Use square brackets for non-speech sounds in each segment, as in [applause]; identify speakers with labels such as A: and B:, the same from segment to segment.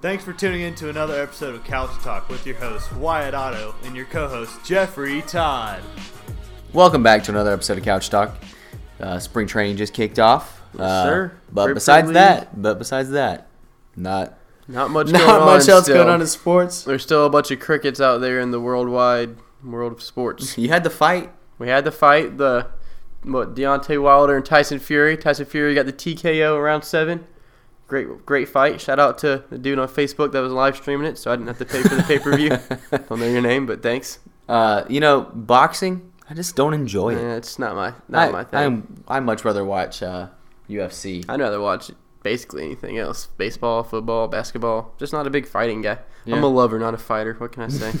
A: Thanks for tuning in to another episode of Couch Talk with your host Wyatt Otto and your co-host Jeffrey Todd.
B: Welcome back to another episode of Couch Talk. Uh, spring training just kicked off. Uh,
C: sir.
B: But
C: Rip
B: besides
C: City
B: that, but besides that, not
C: Not much. going
B: not
C: on
B: much else
C: still.
B: going on in sports.
C: There's still a bunch of crickets out there in the worldwide world of sports.
B: [laughs] You had the fight.
C: we had the fight, the what Deontay Wilder and Tyson Fury. Tyson Fury got the TKO round seven. Great, great fight. Shout out to the dude on Facebook that was live streaming it, so I didn't have to pay for the pay
B: [laughs]
C: per view. Don't know your name, but thanks.
B: Uh, you know, boxing. I just don't enjoy it.
C: Yeah, it's not my, Eh, not
B: I,
C: my thing.
B: I'm- I much rather watch uh, UFC.
C: I'd rather watch basically anything else: baseball, football, basketball. Just not a big fighting guy.
B: Yeah.
C: I'm a lover, not a fighter. What can
B: [laughs]
C: I say?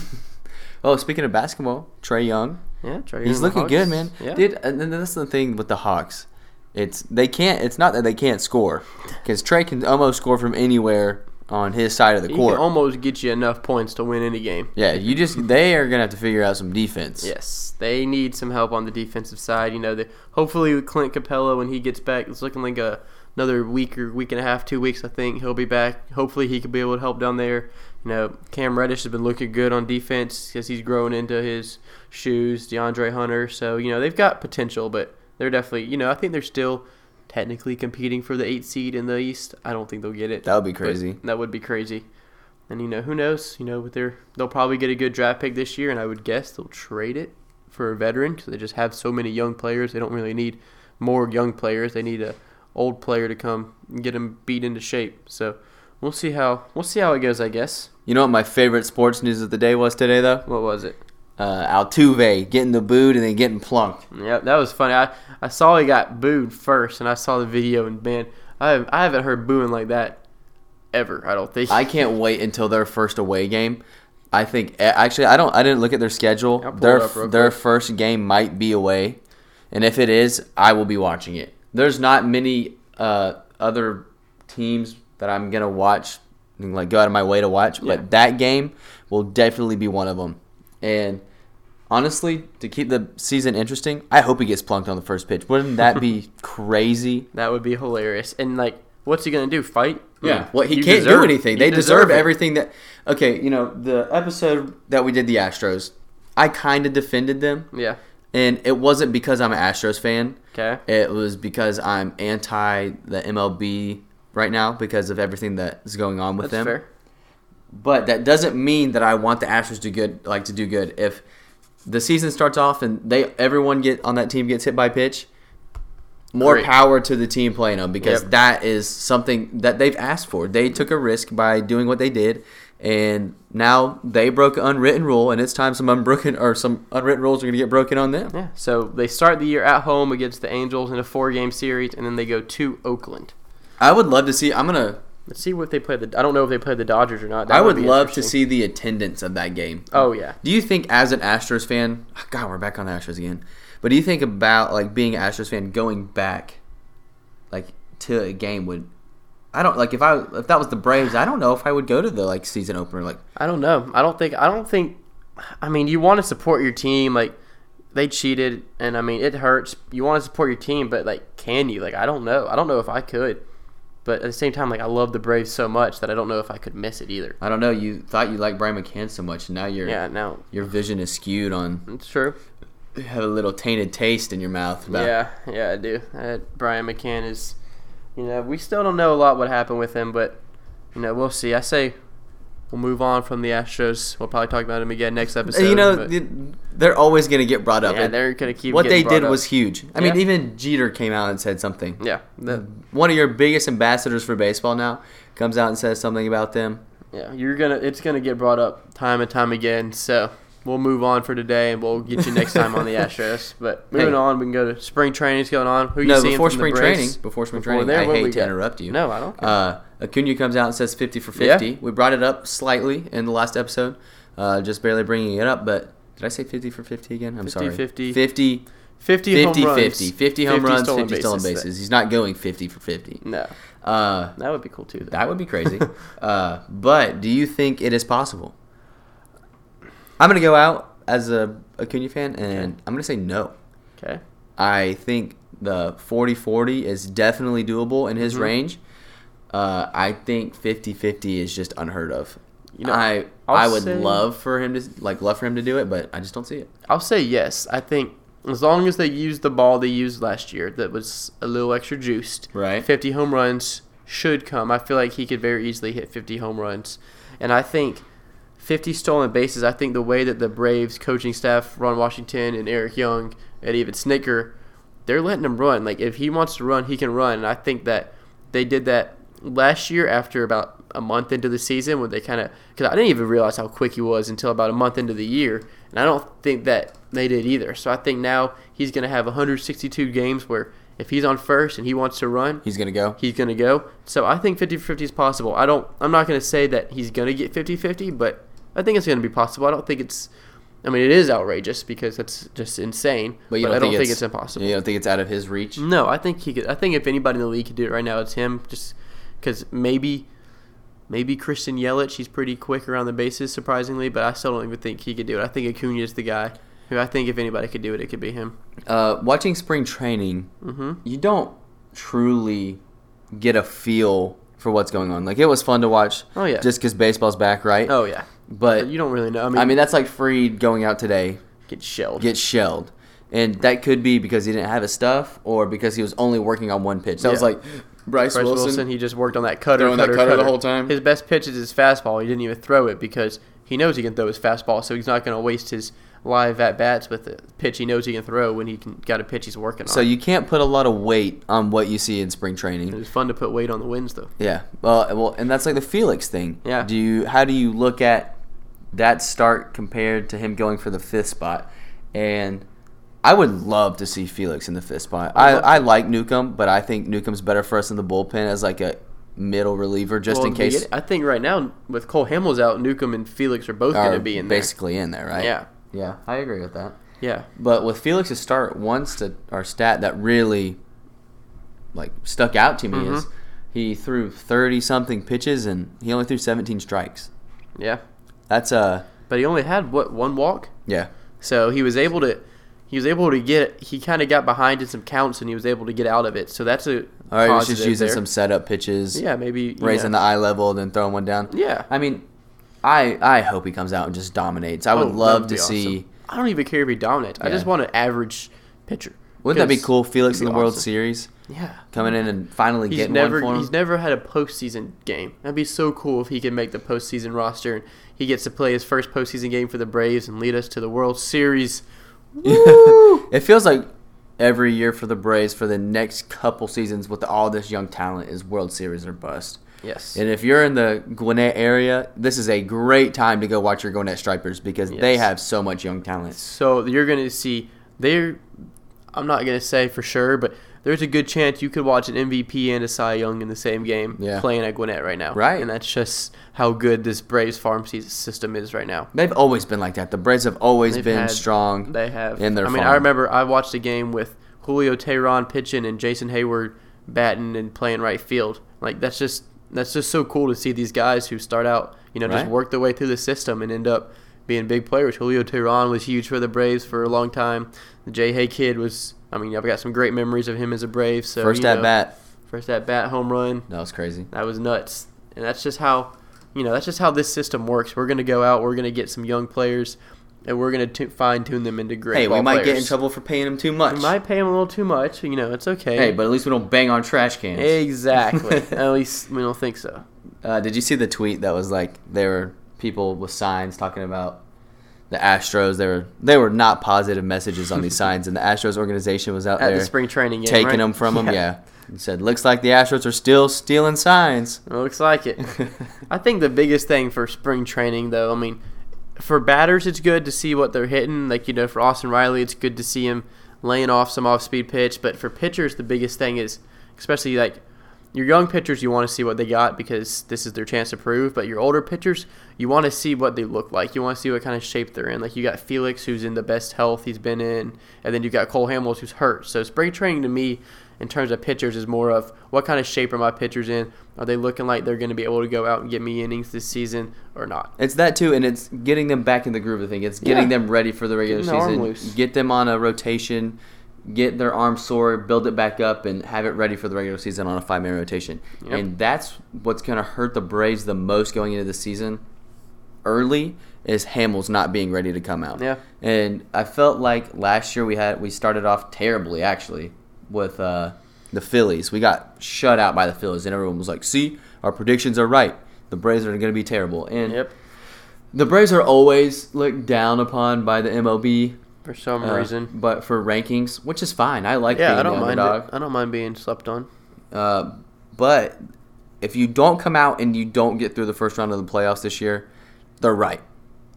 B: Oh, speaking of basketball, Trey Young.
C: yeah, try
B: He's
C: getting the
B: looking
C: Hawks.
B: good, man.
C: Yeah.
B: Dude, and then that's the thing with the Hawks. It's they can't. It's not that they can't score, because Trey can almost score from anywhere on his side of the
C: He
B: court.
C: can almost get you enough points to win any game.
B: yeah, you just they are gonna have to figure out some defense.
C: Yes, they need some help on the defensive side. You know, they, hopefully with Clint Capella when he gets back, it's looking like a another week or week and a half, two weeks. I think he'll be back. Hopefully he could be able to help down there. You know, Cam Reddish has been looking good on defense because he's growing into his shoes. DeAndre Hunter, so you know they've got potential, but they're definitely you know I think they're still technically competing for the eight seed in the East. I don't think they'll get it.
B: That would be
C: But
B: crazy.
C: That would be crazy. And you know, who knows? You know, with their they'll probably get a good draft pick this year, and I would guess they'll trade it for a veteran because they just have so many young players. They don't really need more young players. They need a old player to come and get them beat into shape. So we'll see how we'll see how it goes. I guess.
B: You know what my favorite sports news of the day was today though?
C: What was it?
B: Uh, Altuve getting the booed and then getting plunked.
C: Yep, that was funny. I, I saw he got booed first, and I saw the video, and man, I have, I haven't heard booing like that ever. I don't think.
B: I can't wait until their first away game. I think actually I don't I didn't look at their schedule.
C: I'll pull
B: Their
C: it up real
B: their
C: quick.
B: first game might be away, and if it is, I will be watching it. There's not many uh, other teams that I'm gonna watch, and, like go out of my way to watch,
C: Yeah.
B: but that game will definitely be one of them. And honestly, to keep the season interesting, I hope he gets plunked on the first pitch. Wouldn't that
C: [laughs]
B: be crazy?
C: That would be hilarious. And like, what's he gonna do? Fight?
B: Yeah.
C: Mm.
B: Well, he
C: You
B: can't
C: deserve
B: do
C: it.
B: anything.
C: You
B: They deserve,
C: it.
B: everything that. Okay, you know the episode that we did the Astros, I kind of defended them,
C: Yeah.
B: and it wasn't because I'm an Astros fan.
C: Okay.
B: It was because I'm anti the MLB right now because of everything that is going on with them.
C: That's fair.
B: But that doesn't mean that I want the Astros to good like to do good. If the season starts off and they everyone get on that team gets hit by a pitch, more
C: Great.
B: power to the team playing them because
C: Yep.
B: that is something that they've asked for. They took a risk by doing what they did, and now they broke an unwritten rule, and it's time some unbroken or some unwritten rules are going to get broken on them.
C: Yeah. So they start the year at home against the Angels in a four-game series, and then they go to Oakland.
B: I would love to see. I'm gonna.
C: Let's see what they play. The I don't know if they play the Dodgers or not. That
B: I would
C: be
B: love to
C: interesting.
B: see the attendance of that game.
C: Oh yeah.
B: Do you think, as an Astros fan, ah, God, we're back on the Astros again. But do you think about like being an Astros fan going back, like to a game would? I don't like if I if that was the Braves. I don't know if I would go to the like season opener. Like
C: I don't know. I don't think. I don't think. I mean, you want to support your team. Like they cheated, and I mean, it hurts. You want to support your team, but like, can you? Like, I don't know. I don't know if I could. But at the same time, like, I love the Braves so much that I don't know if I could miss it either.
B: I don't know. You thought you liked Brian McCann so much, and now your
C: Yeah. No.
B: your vision is skewed on.
C: It's true.
B: You have a little tainted taste in your mouth. About,
C: Yeah, yeah, I do. Uh, Brian McCann is, you know, we still don't know a lot what happened with him, but you know, we'll see. I say we'll move on from the Astros. We'll probably talk about him again next episode.
B: And, you know,
C: but,
B: th- they're always gonna get brought up.
C: yeah,
B: and
C: they're gonna keep
B: what
C: getting
B: they
C: brought
B: did
C: up.
B: was huge. I mean,
C: Yeah.
B: even Jeter came out and said something.
C: yeah, the,
B: one of your biggest ambassadors for baseball now comes out and says something about them.
C: yeah. You're gonna, it's gonna get brought up time and time again. So we'll move on for today, and we'll get you next time
B: [laughs]
C: on the Astros. But moving
B: Hey.
C: on, we can go to spring training's going on. Who you
B: No,
C: seeing
B: before
C: from the
B: spring
C: Braves?
B: training, before spring
C: Before
B: training,
C: there,
B: I
C: what we
B: hate to
C: got?
B: interrupt you.
C: No, I don't. Care.
B: Uh, Acuna comes out and says 50 for
C: Yeah.
B: 50. We brought it up slightly in the last episode, uh, just barely bringing it up. But did I say 50 for 50 again? I'm sorry.
C: 50.
B: 50,
C: 50,
B: 50,
C: home
B: 50,
C: runs,
B: 50 home runs,
C: stolen
B: 50 stolen
C: bases.
B: bases. He's not going 50 for 50.
C: No,
B: Uh,
C: that would be cool too. Though.
B: that would be
C: [laughs]
B: crazy. uh, but do you think it is possible? I'm going to go out as a Acuna fan, and I'm going to say no.
C: Okay. Mm-hmm.
B: I think the 40 40 is definitely doable in his range. Uh, I think 50-50 is just unheard of.
C: You know,
B: I
C: I'll
B: i would
C: say-
B: love for him to like love for him to do it, but I just don't see it.
C: I'll say yes. I think as long as they use the ball they used last year that was a little extra juiced,
B: Right.
C: 50 home runs should come. I feel like he could very easily hit 50 home runs. And I think 50 stolen bases, I think the way that the Braves coaching staff, Ron Washington and Eric Young and even Snicker, they're letting him run. Like if he wants to run, he can run. And I think that they did that last year after about a month into the season when they kind of because I didn't even realize how quick he was until about a month into the year, and I don't think that they did either. So I think now he's going to have 162 games where if he's on first and he wants to run,
B: He's gonna go.
C: he's going to go. So I think 50-50 is possible. I don't I'm not going to say that he's going to get 50-50, but I think it's going to be possible. I don't think it's I mean it is outrageous because that's just insane, but,
B: But you
C: I
B: don't,
C: don't
B: think, it's,
C: impossible.
B: You don't think it's out of his reach?
C: No, I think he could. I think if anybody in the league could do it right now, it's him. Just because maybe, maybe Christian Yelich, he's pretty quick around the bases, surprisingly. But I still don't even think he could do it. I think Acuna is the guy who I think if anybody could do it, it could be him.
B: Uh, watching spring training,
C: hmm
B: you don't truly get a feel for what's going on. Like it was fun to watch.
C: Oh, yeah.
B: Just because baseball's back, right?
C: Oh yeah,
B: but
C: but you don't really know. I mean,
B: I mean that's like Freed going out today
C: get shelled.
B: get shelled. And that could be because he didn't have his stuff or because he was only working on one pitch. That was
C: Yeah.
B: like Bryce,
C: Bryce Wilson,
B: Wilson.
C: he just worked on that cutter,
B: Throwing that
C: cutter,
B: cutter the
C: cutter.
B: whole time.
C: His best pitch is his fastball. He didn't even throw it because he knows he can throw his fastball, so he's not going to waste his live at bats with a pitch he knows he can throw when he can, got a pitch he's working on.
B: So you can't put a lot of weight on what you see in spring training.
C: It was fun to put weight on the wins, though.
B: Yeah. Well, uh, well, and that's like the Felix thing.
C: Yeah.
B: Do you? How do you look at that start compared to him going for the fifth spot? And I would love to see Felix in the fifth spot. I,
C: love-
B: I like Newcomb, but I think Newcomb's better for us in the bullpen as like a middle reliever, just
C: Well,
B: in
C: the begin-
B: case.
C: I think right now with Cole Hamels out, Newcomb and Felix are both going
B: Are
C: to be in there.
B: basically in there, right?
C: Yeah.
B: Yeah, I agree with that.
C: Yeah,
B: But with Felix's start, one st- or stat that really like stuck out to me
C: Mm-hmm.
B: is he threw thirty something pitches and he only threw seventeen strikes.
C: yeah.
B: That's uh
C: But he only had what one walk,
B: yeah.
C: so he was able to. He was able to get. He kind of got behind in some counts, and he was able to get out of it. So that's a
B: All right,
C: positive
B: just using
C: there.
B: some setup pitches,
C: Yeah, maybe you
B: raising
C: know.
B: the eye level, then throwing one down.
C: Yeah.
B: I mean, I I hope he comes out and just dominates. I would
C: Oh,
B: love
C: that'd
B: to
C: be
B: see.
C: awesome. I don't even care if he dominant. I
B: Yeah.
C: just want an average pitcher.
B: Wouldn't that be
C: 'Cause-
B: cool? Felix
C: it'd
B: in
C: be
B: the World
C: awesome.
B: Series
C: Yeah.
B: coming in and finally
C: He's
B: getting
C: never
B: one for
C: he's
B: him.
C: never had a postseason game. That'd be so cool if he could make the postseason roster and he gets to play his first postseason game for the Braves and lead us to the
B: [laughs]
C: World Series.
B: it feels like every year for the Braves for the next couple seasons with all this young talent is World Series or bust.
C: Yes.
B: And if you're in the Gwinnett area, this is a great time to go watch your Gwinnett Stripers because they
C: Yes.
B: have so much young talent.
C: so you're gonna see there I'm not gonna say for sure, but there's a good chance you could watch an MVP and a Cy Young in the same game
B: Yeah.
C: playing at Gwinnett right now.
B: Right.
C: And that's just how good this Braves farm season system is right now.
B: They've always been like that. The Braves have always
C: They've
B: been
C: had-
B: strong.
C: They have.
B: in their
C: I mean, I
B: farm.
C: remember I watched a game with Julio Tehran pitching and Jason Hayward batting and playing right field. Like that's just that's just so cool to see these guys who start out, you know, just
B: Right.
C: work their way through the system and end up being big players. Julio Tehran was huge for the Braves for a long time. The Jay Hay kid was. I mean, I've got some great memories of him as a Brave. So
B: First
C: you
B: at
C: know,
B: bat,
C: first at bat, home run.
B: that was crazy.
C: That was nuts. And that's just how, you know, that's just how this system works. We're going to go out, we're going to get some young players, and we're going to fine tune them into great.
B: Hey, we
C: ball
B: might get
C: players.
B: in trouble for paying him too much.
C: We might pay them a little too much. You know, it's okay.
B: Hey, but at least we don't bang on trash cans. [laughs]
C: exactly. At least we don't think so.
B: Uh, did you see the tweet that was like there were people with signs talking about the Astros? They were they were not positive messages
C: [laughs]
B: on these signs, and the Astros organization was out
C: At
B: there
C: the spring training game,
B: taking
C: right?
B: them
C: [laughs]
B: from them. Yeah, And said looks like the Astros are still stealing
C: [laughs]
B: signs.
C: It looks
B: [laughs]
C: like it. I think the biggest thing for spring training, though, I mean, for batters, it's good to see what they're hitting. Like, you know, for Austin Riley, it's good to see him laying off some off speed pitch. But for pitchers, the biggest thing is, especially like your young pitchers, you want to see what they got because this is their chance to prove. But your older pitchers, you want to see what they look like. You want to see what kind of shape they're in. Like, you got Felix, who's in the best health he's been in, and then you've got Cole Hamels, who's hurt. So, spring training to me, in terms of pitchers is more of what kind of shape are my pitchers in? Are they looking like they're going to be able to go out and get me innings this season or not?
B: It's that too, and it's getting them back in the groove of things. It's getting
C: Yeah.
B: them ready for the regular
C: Getting their arm
B: season.
C: loose.
B: Get them on a rotation. get their arm sore, build it back up, and have it ready for the regular season on a five man rotation.
C: Yep.
B: And that's what's going to hurt the Braves the most going into the season early is Hamels not being ready to come out.
C: Yeah.
B: And I felt like last year we had we started off terribly actually with uh, the Phillies. We got shut out by the Phillies, and everyone was like, "See, our predictions are right. The Braves are going to be terrible." And
C: Yep.
B: the Braves are always looked down upon by the MLB
C: For some
B: uh,
C: reason.
B: but for rankings, which is fine. I like
C: Yeah,
B: being
C: I don't
B: the
C: mind
B: underdog.
C: it. I don't mind being slept on.
B: Uh, but if you don't come out and you don't get through the first round of the playoffs this year, they're right.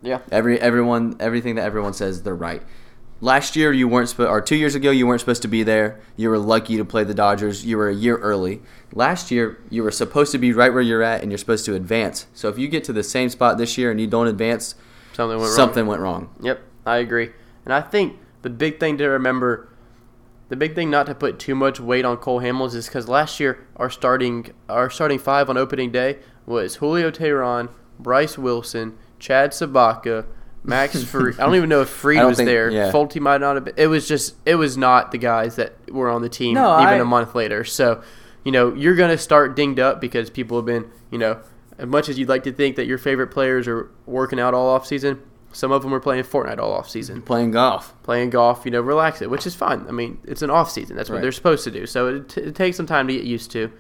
C: Yeah.
B: Every everyone everything that everyone says they're right. Last year you weren't supposed, or two years ago you weren't supposed to be there. You were lucky to play the Dodgers. You were a year early. Last year you were supposed to be right where you're at, and you're supposed to advance. So if you get to the same spot this year and you don't advance,
C: Something went wrong.
B: something went wrong.
C: Yep, I agree. And I think the big thing to remember, the big thing not to put too much weight on Cole Hamels is because last year our starting our starting five on opening day was Julio Tehran, Bryce Wilson, Chad Sabaka,
B: [laughs]
C: Max Freed. I don't even know if
B: I
C: Freed
B: don't
C: was
B: think-
C: there.
B: yeah.
C: Fulte might not have been. It was just it was not the guys that were on the team
B: No,
C: even
B: I-
C: a month later. So, you know, you're gonna start dinged up because people have been, you know, as much as you'd like to think that your favorite players are working out all off season, some of them are playing Fortnite all off season,
B: Playing golf.
C: playing golf, you know, relax it, which is fine. I mean, it's an off season. That's what
B: Right.
C: they're supposed to do. So it, t- it takes some time to get used to.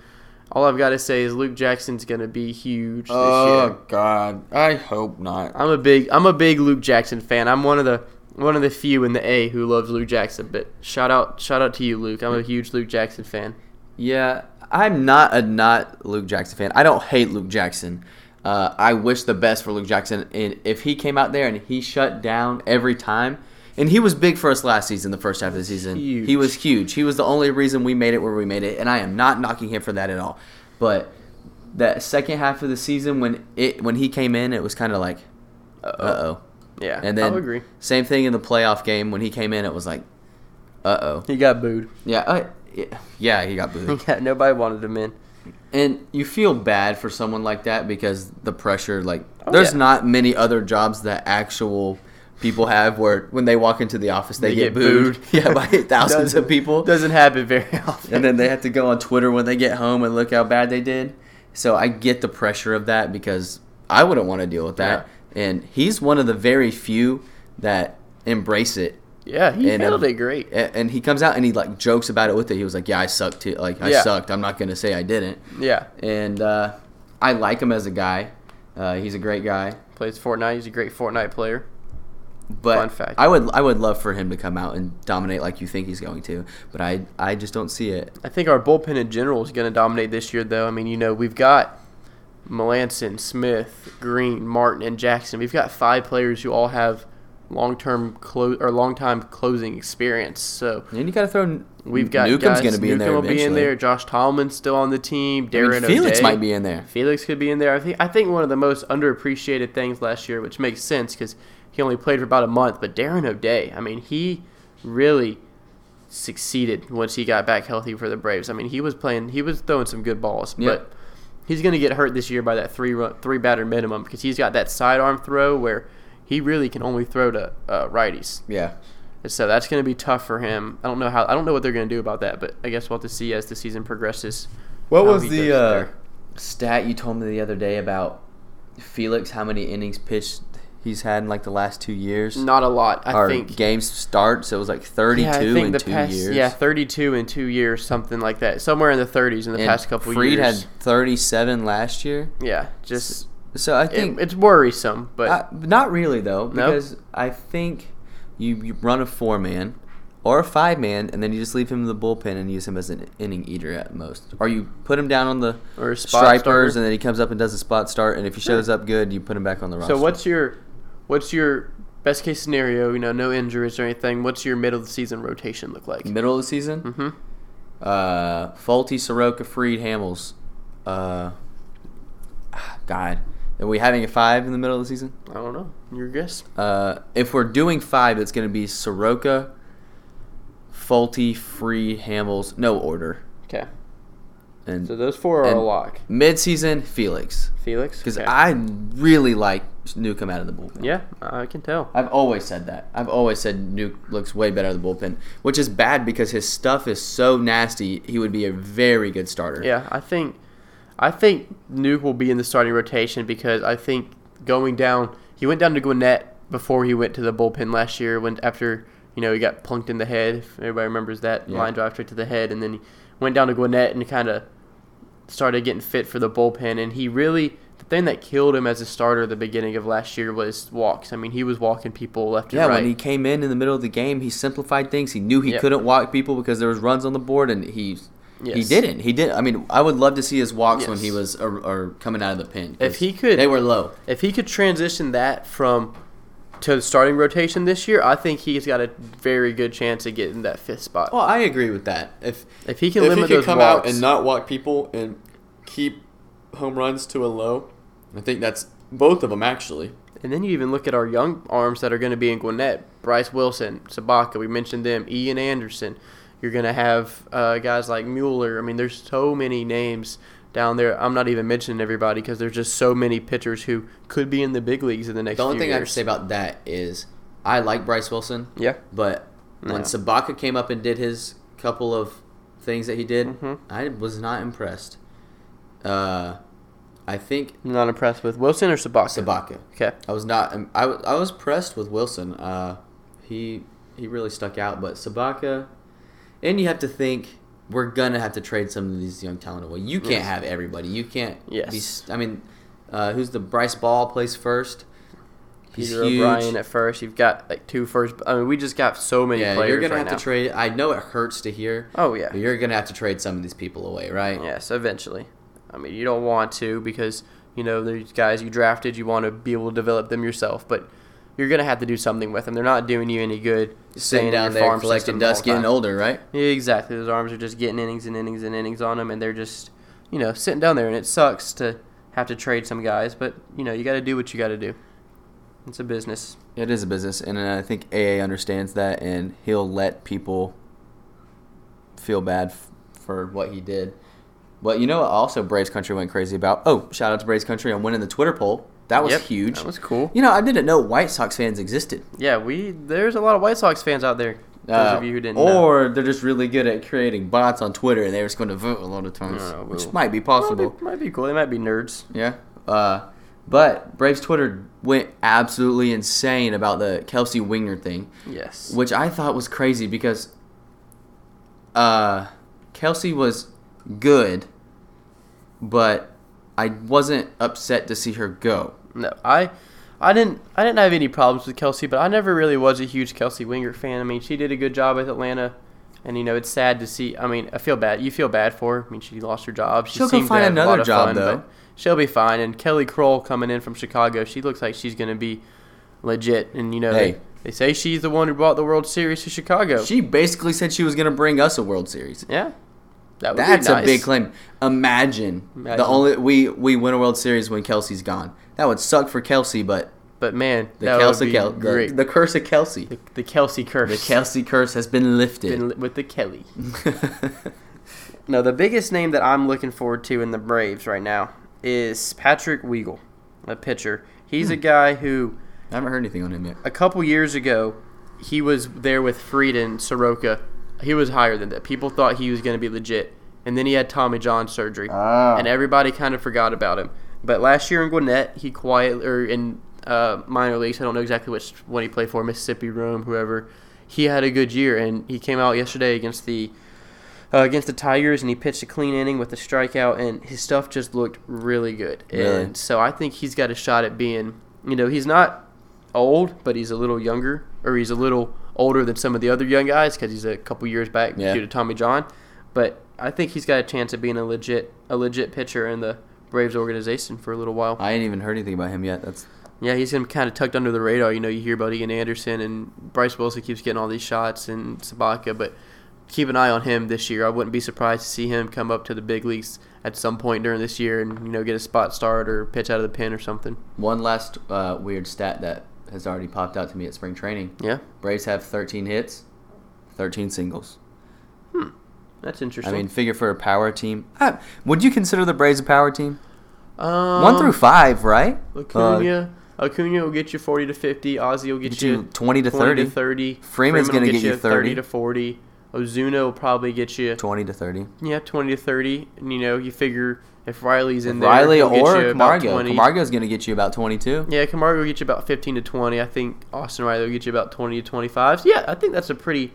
C: All I've got to say is Luke Jackson's gonna be huge this
B: Uh,
C: year.
B: Oh, God, I hope not.
C: I'm a big I'm a big Luke Jackson fan. I'm one of the one of the few in the A who loves Luke Jackson. But shout out shout out to you, Luke. I'm a huge Luke Jackson fan.
B: Yeah, I'm not a not Luke Jackson fan. I don't hate Luke Jackson. Uh, I wish the best for Luke Jackson, and if he came out there and he shut down every time, and he was big for us last season, the first half of the season,
C: Huge.
B: he was huge. He was the only reason we made it where we made it, and I am not knocking him for that at all. But that second half of the season, when it when he came in, it was kind of like, uh oh.
C: Yeah,
B: And then
C: I agree.
B: same thing in the playoff game when he came in, it was like, uh oh.
C: He got booed. [laughs]
B: Yeah, uh, yeah, yeah, he got booed.
C: Yeah, nobody wanted him in.
B: And you feel bad for someone like that because the pressure, like,
C: Oh,
B: there's
C: yeah.
B: not many other jobs that actual people have where when they walk into the office they, get, booed, [laughs] yeah,
C: [laughs]
B: by thousands
C: Doesn't-
B: of people,
C: Doesn't happen very [laughs] often.
B: and then they have to go on Twitter when they get home and look how bad they did. So I get the pressure of that because I wouldn't want to deal with that. And he's one of the very few that embrace it.
C: yeah, he
B: And,
C: handled
B: um,
C: it great.
B: A- And he comes out and he like jokes about it with it. He was like, "Yeah, I sucked too. Like I
C: Yeah.
B: sucked. I'm not gonna say I didn't."
C: Yeah,
B: and uh, I like him as a guy. Uh, he's a great guy,
C: plays Fortnite. He's a great Fortnite player.
B: but
C: Fun fact.
B: I would I would love for him to come out and dominate like you think he's going to, but I I just don't see it.
C: I think our bullpen in general is going to dominate this year, though. I mean, you know, we've got Melanson, Smith, Green, Martin, and Jackson. We've got five players who all have long-term clo- or long-time closing experience. So
B: And you got to throw
C: we've got
B: Newcomb's
C: guys.
B: going to be in there
C: Newcomb will
B: eventually.
C: be in there. Josh Tallman's still on the team.
B: I mean,
C: Darren
B: Felix
C: O'Day.
B: might be in there.
C: Felix could be in there. I think I think one of the most underappreciated things last year, which makes sense because he only played for about a month. But Darren O'Day, I mean, he really succeeded once he got back healthy for the Braves. I mean, he was playing, he was throwing some good balls,
B: Yeah.
C: but he's going to get hurt this year by that three run, three batter minimum because he's got that sidearm throw where he really can only throw to uh, righties.
B: Yeah,
C: And so that's going to be tough for him. I don't know how I don't know what they're going to do about that, but I guess we'll have to see as the season progresses.
B: What
C: how
B: was
C: he
B: the
C: goes
B: uh,
C: there.
B: stat you told me the other day about Felix? How many innings pitched he's had in like the last two years?
C: Not a lot, I
B: Our
C: think.
B: games starts. It was like 32 in two years.
C: Yeah, 32 in two years, something like that. Somewhere in the 30s in the
B: And
C: past couple
B: Freed
C: years.
B: had 37 last year.
C: yeah, just
B: So I
C: it-
B: think
C: it's worrisome, but
B: Uh, not really though,
C: No?
B: because I think you, you run a four man or a five man, and then you just leave him in the bullpen and use him as an inning eater at most, or you put him down on the
C: Or a spot
B: stripers,
C: starter.
B: and then he comes up and does a spot start, and if he shows up good, you put him back on the roster.
C: so what's your what's your best case scenario? You know, no injuries or anything. What's your middle of the season rotation look like?
B: middle of the season?
C: Mm-hmm.
B: Uh, Faulty, Soroka, Freed, Hamels. Uh, ah, God, are we having a five in the middle of the season?
C: I don't know. Your guess?
B: Uh, if we're doing five, it's going to be Soroka, Faulty, Free, Hamels, no order.
C: Okay. So
B: And
C: those four are a
B: And-
C: lock.
B: midseason, Felix.
C: Felix.
B: Because
C: Okay.
B: I really like Newcomb out of the bullpen.
C: Yeah, I can tell.
B: I've always said that. I've always said Nuke looks way better out of the bullpen, which is bad because his stuff is so nasty. He would be a very good starter.
C: Yeah, I think I think Nuke will be in the starting rotation because I think going down he went down to Gwinnett before he went to the bullpen last year when after you know he got plunked in the head. If everybody remembers that
B: Yeah.
C: line drive straight to the head, and then he went down to Gwinnett and kind of started getting fit for the bullpen. And he really the thing that killed him as a starter at the beginning of last year was walks. I mean, he was walking people left
B: Yeah,
C: and right.
B: when he came in in the middle of the game, he simplified things. He knew he
C: Yeah.
B: couldn't walk people because there was runs on the board, and he he
C: Yes.
B: didn't. He did. I mean, I would love to see his walks when
C: Yes.
B: he was or, or coming out of the pen. 'cause
C: If he could-
B: they were low.
C: if he could transition that from to the starting rotation this year, I think he's got a very good chance of getting that fifth spot.
B: Well, Oh, I agree with that. If
C: if he can limit those walks,
B: not walk people and keep home runs to a low, I think that's both of them actually.
C: and then you even look at our young arms that are going to be in Gwinnett, Bryce Wilson, Sabaka, we mentioned them, Ian Anderson. You're going to have uh, guys like Mueller. I mean, there's so many names down there. I'm not even mentioning everybody because there's just so many pitchers who could be in the big leagues in the next.
B: The only
C: few
B: thing I have
C: years.
B: to say about that is I like Bryce Wilson.
C: Yeah.
B: But when
C: Yeah.
B: Sabaka came up and did his couple of things that he did,
C: Mhm.
B: I was not impressed. Uh, I think
C: I'm not impressed with Wilson or Sabaka.
B: Sabaka.
C: Okay.
B: I was not. um, I, was- I was impressed with Wilson. Uh, he he really stuck out. But Sabaka, and you have to think we're gonna have to trade some of these young talent away. You can't
C: Yes.
B: have everybody. You can't.
C: Yes.
B: Be, s- I mean, uh, who's the Bryce Ball plays first? He's
C: Peter
B: huge.
C: O'Brien at first. You've got like two first. I mean, we just got so many
B: Yeah,
C: players
B: you're gonna
C: right
B: have
C: now.
B: to trade. I know it hurts to hear.
C: oh yeah,
B: But you're gonna have to trade some of these people away, right?
C: yes. Eventually, I mean, you don't want to because you know these guys you drafted. You want to be able to develop them yourself, but you're gonna have to do something with them. They're not doing you any good staying
B: Sitting
C: in
B: down
C: your
B: there
C: farm
B: collecting
C: system the
B: dust,
C: whole
B: getting
C: time.
B: older, right?
C: Yeah, exactly. Those arms are just getting innings and innings and innings on them, and they're just you know sitting down there, and it sucks to have to trade some guys, but you know you got to do what you got to do. It's a business.
B: It is a business, and I think AA understands that, and he'll let people feel bad f- for what he did. But you know what? Also, Braves Country went crazy about. Oh, shout out to Braves Country on winning the Twitter poll. That was
C: Yep,
B: huge.
C: That was cool.
B: You know, I didn't know White Sox fans existed.
C: Yeah, we there's a lot of White Sox fans out there. Those
B: Uh,
C: of you who didn't know.
B: or they're just really good at creating bots on Twitter, and they're just going to vote a lot of times,
C: No, no,
B: which
C: Oh, we'll-
B: might be
C: might
B: possible.
C: be, might be cool. They might be nerds.
B: Yeah. Uh, but Braves Twitter went absolutely insane about the Kelsey Winger thing,
C: Yes.
B: which I thought was crazy because uh, Kelsey was good, but I wasn't upset to see her go.
C: No, I, I didn't, I didn't have any problems with Kelsey, but I never really was a huge Kelsey Winger fan. I mean, she did a good job with Atlanta, and you know, it's sad to see. I mean, I feel bad. You feel bad for her. I mean, she lost her job. She
B: She'll go
C: seemed to
B: find
C: have a lot
B: another
C: of
B: job,
C: fun,
B: though.
C: but She'll be fine. And Kelly Kroll coming in from Chicago, she looks like she's gonna be legit. And you know,
B: Hey.
C: they, they say she's the one who brought the World Series to Chicago.
B: She basically said she was going to bring us a World Series.
C: yeah, that would be
B: That's a
C: nice.
B: big claim. Imagine,
C: Imagine.
B: the only we we win a World Series when Kelsey's gone. That would suck for Kelsey, but
C: But man,
B: the
C: that would
B: Kelsey
C: be
B: Kel- the,
C: great.
B: the curse of Kelsey,
C: The, the Kelsey curse.
B: the Kelsey curse has been lifted.
C: Been li- with the Kelly.
B: [laughs]
C: No, the biggest name that I'm looking forward to in the Braves right now is Patrick Weigel, a pitcher. He's a guy who
B: I haven't heard anything on him yet.
C: a couple years ago he was there with Frieden Soroka. He was higher than that. People thought he was going to be legit, and then he had Tommy John surgery,
B: Ah.
C: and everybody kind of forgot about him. But last year in Gwinnett, he quiet or in uh, minor leagues. I don't know exactly which one he played for, Mississippi Rome, whoever. He had a good year, and he came out yesterday against the uh, against the Tigers, and he pitched a clean inning with a strikeout, and his stuff just looked really good.
B: Really?
C: And so I think he's got a shot at being, you know, he's not old, but he's a little younger, or he's a little older than some of the other young guys because he's a couple years back
B: Yeah.
C: due to Tommy John. But I think he's got a chance at being a legit, a legit pitcher in the Braves organization for a little while.
B: I ain't even heard anything about him yet. That's
C: Yeah, he's been kind of tucked under the radar. You know, you hear about Ian Anderson and Bryce Wilson keeps getting all these shots and Sabaka, but keep an eye on him this year. I wouldn't be surprised to see him come up to the big leagues at some point during this year and you know get a spot start or pitch out of the pen or something.
B: one last uh, weird stat that has already popped out to me at spring training.
C: Yeah,
B: Braves have 13 hits, 13 singles.
C: that's
B: I
C: interesting.
B: mean, figure for a power team. Uh, would you consider the Braves a power team?
C: um,
B: One through five, right? Uh,
C: Acuna. Acuna will get you 40 to 50. Ozzy will get,
B: Get
C: you,
B: you 20 to
C: 20
B: 30.
C: to 30.
B: Freeman's
C: Freeman will
B: gonna get you 30.
C: to 40. Ozuna will probably get you
B: 20 to 30.
C: yeah 20 to 30. And you know you figure if Riley's in there,
B: Riley
C: he'll get
B: or
C: you about
B: Camargo.
C: 20.
B: Camargo's going to get you about 22.
C: Yeah, Camargo will get you about 15 to 20. I think Austin Riley will get you about 20 to 25. So, yeah, I think that's a pretty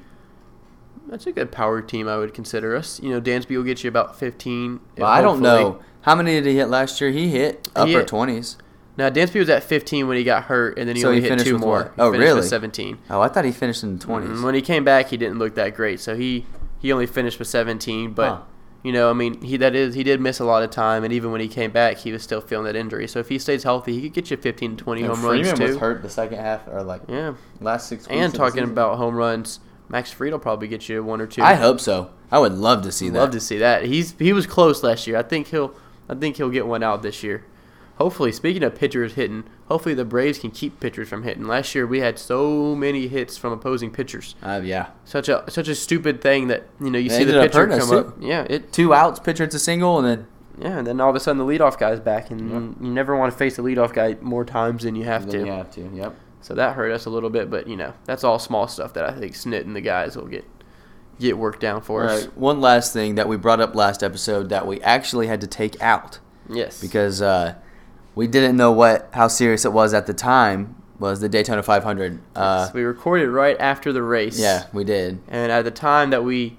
C: that's a good power team I would consider us. You know, Dansby will get you about 15.
B: Well, I don't
C: hopefully.
B: know. How many did he hit last year? He hit upper
C: hit-
B: 20s.
C: Now Dansby was at 15 when he got hurt, and then he
B: So
C: only
B: he
C: hit
B: finished
C: two
B: with
C: more.
B: what? Oh,
C: he finished with
B: really?
C: 17.
B: Oh, I thought he finished in the 20s.
C: Mm, When he came back, he didn't look that great. So he he only finished with 17. But
B: Huh.
C: you know, I mean, he that is he did miss a lot of time, and even when he came back, he was still feeling that injury. So if he stays healthy, he could get you 15 to 20
B: And
C: home runs
B: Freeman
C: too.
B: was hurt the second half or like
C: Yeah,
B: last six weeks. of
C: and
B: the
C: talking
B: season.
C: about home runs, Max Fried will probably get you one or two.
B: I hope so. I would love to see that.
C: love to see that. He's he was close last year. I think he'll I think he'll get one out this year. Hopefully, speaking of pitchers hitting, hopefully the Braves can keep pitchers from hitting. Last year we had so many hits from opposing pitchers.
B: Uh, yeah.
C: Such a such a stupid thing that you know you
B: They
C: see the
B: ended up
C: pitcher
B: hurting us,
C: come up.
B: too.
C: Yeah, it
B: Two outs, pitcher hits a single, and then
C: yeah, and then all of a sudden the leadoff guy's back, and you never want to face the leadoff guy more times than you have to.
B: then you have to. Yep.
C: So that hurt us a little bit, but you know that's all small stuff that I think Snit and the guys will get get worked down for
B: All
C: us.
B: right. One last thing that we brought up last episode that we actually had to take out
C: Yes,
B: because uh, we didn't know what how serious it was at the time was the Daytona 500. Uh,
C: So we recorded right after the race.
B: yeah, we did.
C: And at the time that we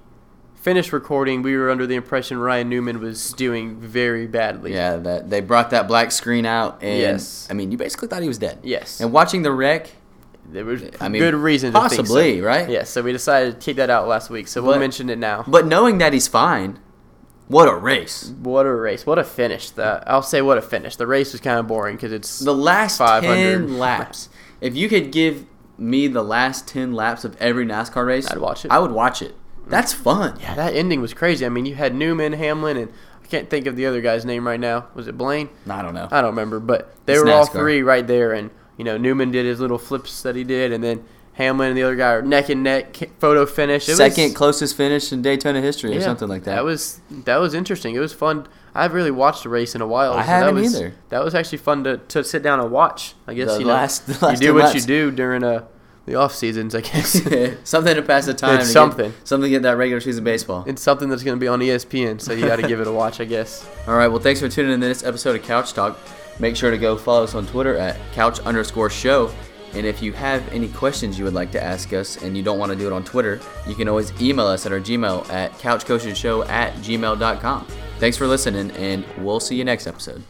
C: finished recording, we were under the impression Ryan Newman was doing very badly.
B: Yeah, that they brought that black screen out, and
C: Yes.
B: I mean, you basically thought he was dead.
C: Yes.
B: And watching the wreck,
C: There was
B: I mean,
C: good reason to think so.
B: possibly, right?
C: Yes, so we decided to take that out last week. So we'll
B: But-
C: mention it now.
B: But knowing that he's fine, what a race!
C: What a race. What a finish. The, I'll say what a finish. The race was kind of boring because it's
B: The last
C: 500.
B: ten laps. If you could give me the last ten laps of every NASCAR race,
C: I'd watch it.
B: I would watch it. That's fun.
C: Yeah, that ending was crazy. I mean, you had Newman, Hamlin, and I can't think of the other guy's name right now. Was it Blaine?
B: I don't know.
C: I don't remember, but they
B: It's
C: were all
B: NASCAR.
C: three right there, and you know Newman did his little flips that he did, and then Hamlin and the other guy are neck and neck ca- photo finish. It was-
B: Second closest finish in Daytona history, or something like that.
C: That was that was interesting. It was fun. I've really watched a race in a while.
B: I
C: that
B: haven't
C: was,
B: either.
C: That was actually fun to, to sit down and watch. I guess
B: The
C: you know
B: last- the last
C: you do
B: two
C: what you
B: laps.
C: do during uh, the off seasons,
B: [laughs]
C: I guess.
B: [laughs] something to pass the time.
C: It's
B: to get-
C: something.
B: something to get that regular season baseball.
C: it's something that's going to be on E ESPN, so you got to give it a watch, I guess.
B: All right. Well, thanks for tuning in to this episode of Couch Talk. Make sure to go follow us on Twitter at couch underscore show. And if you have any questions you would like to ask us and you don't want to do it on Twitter, you can always email us at our Gmail at couchcoachingshow at gmail.com. Thanks for listening, and we'll see you next episode.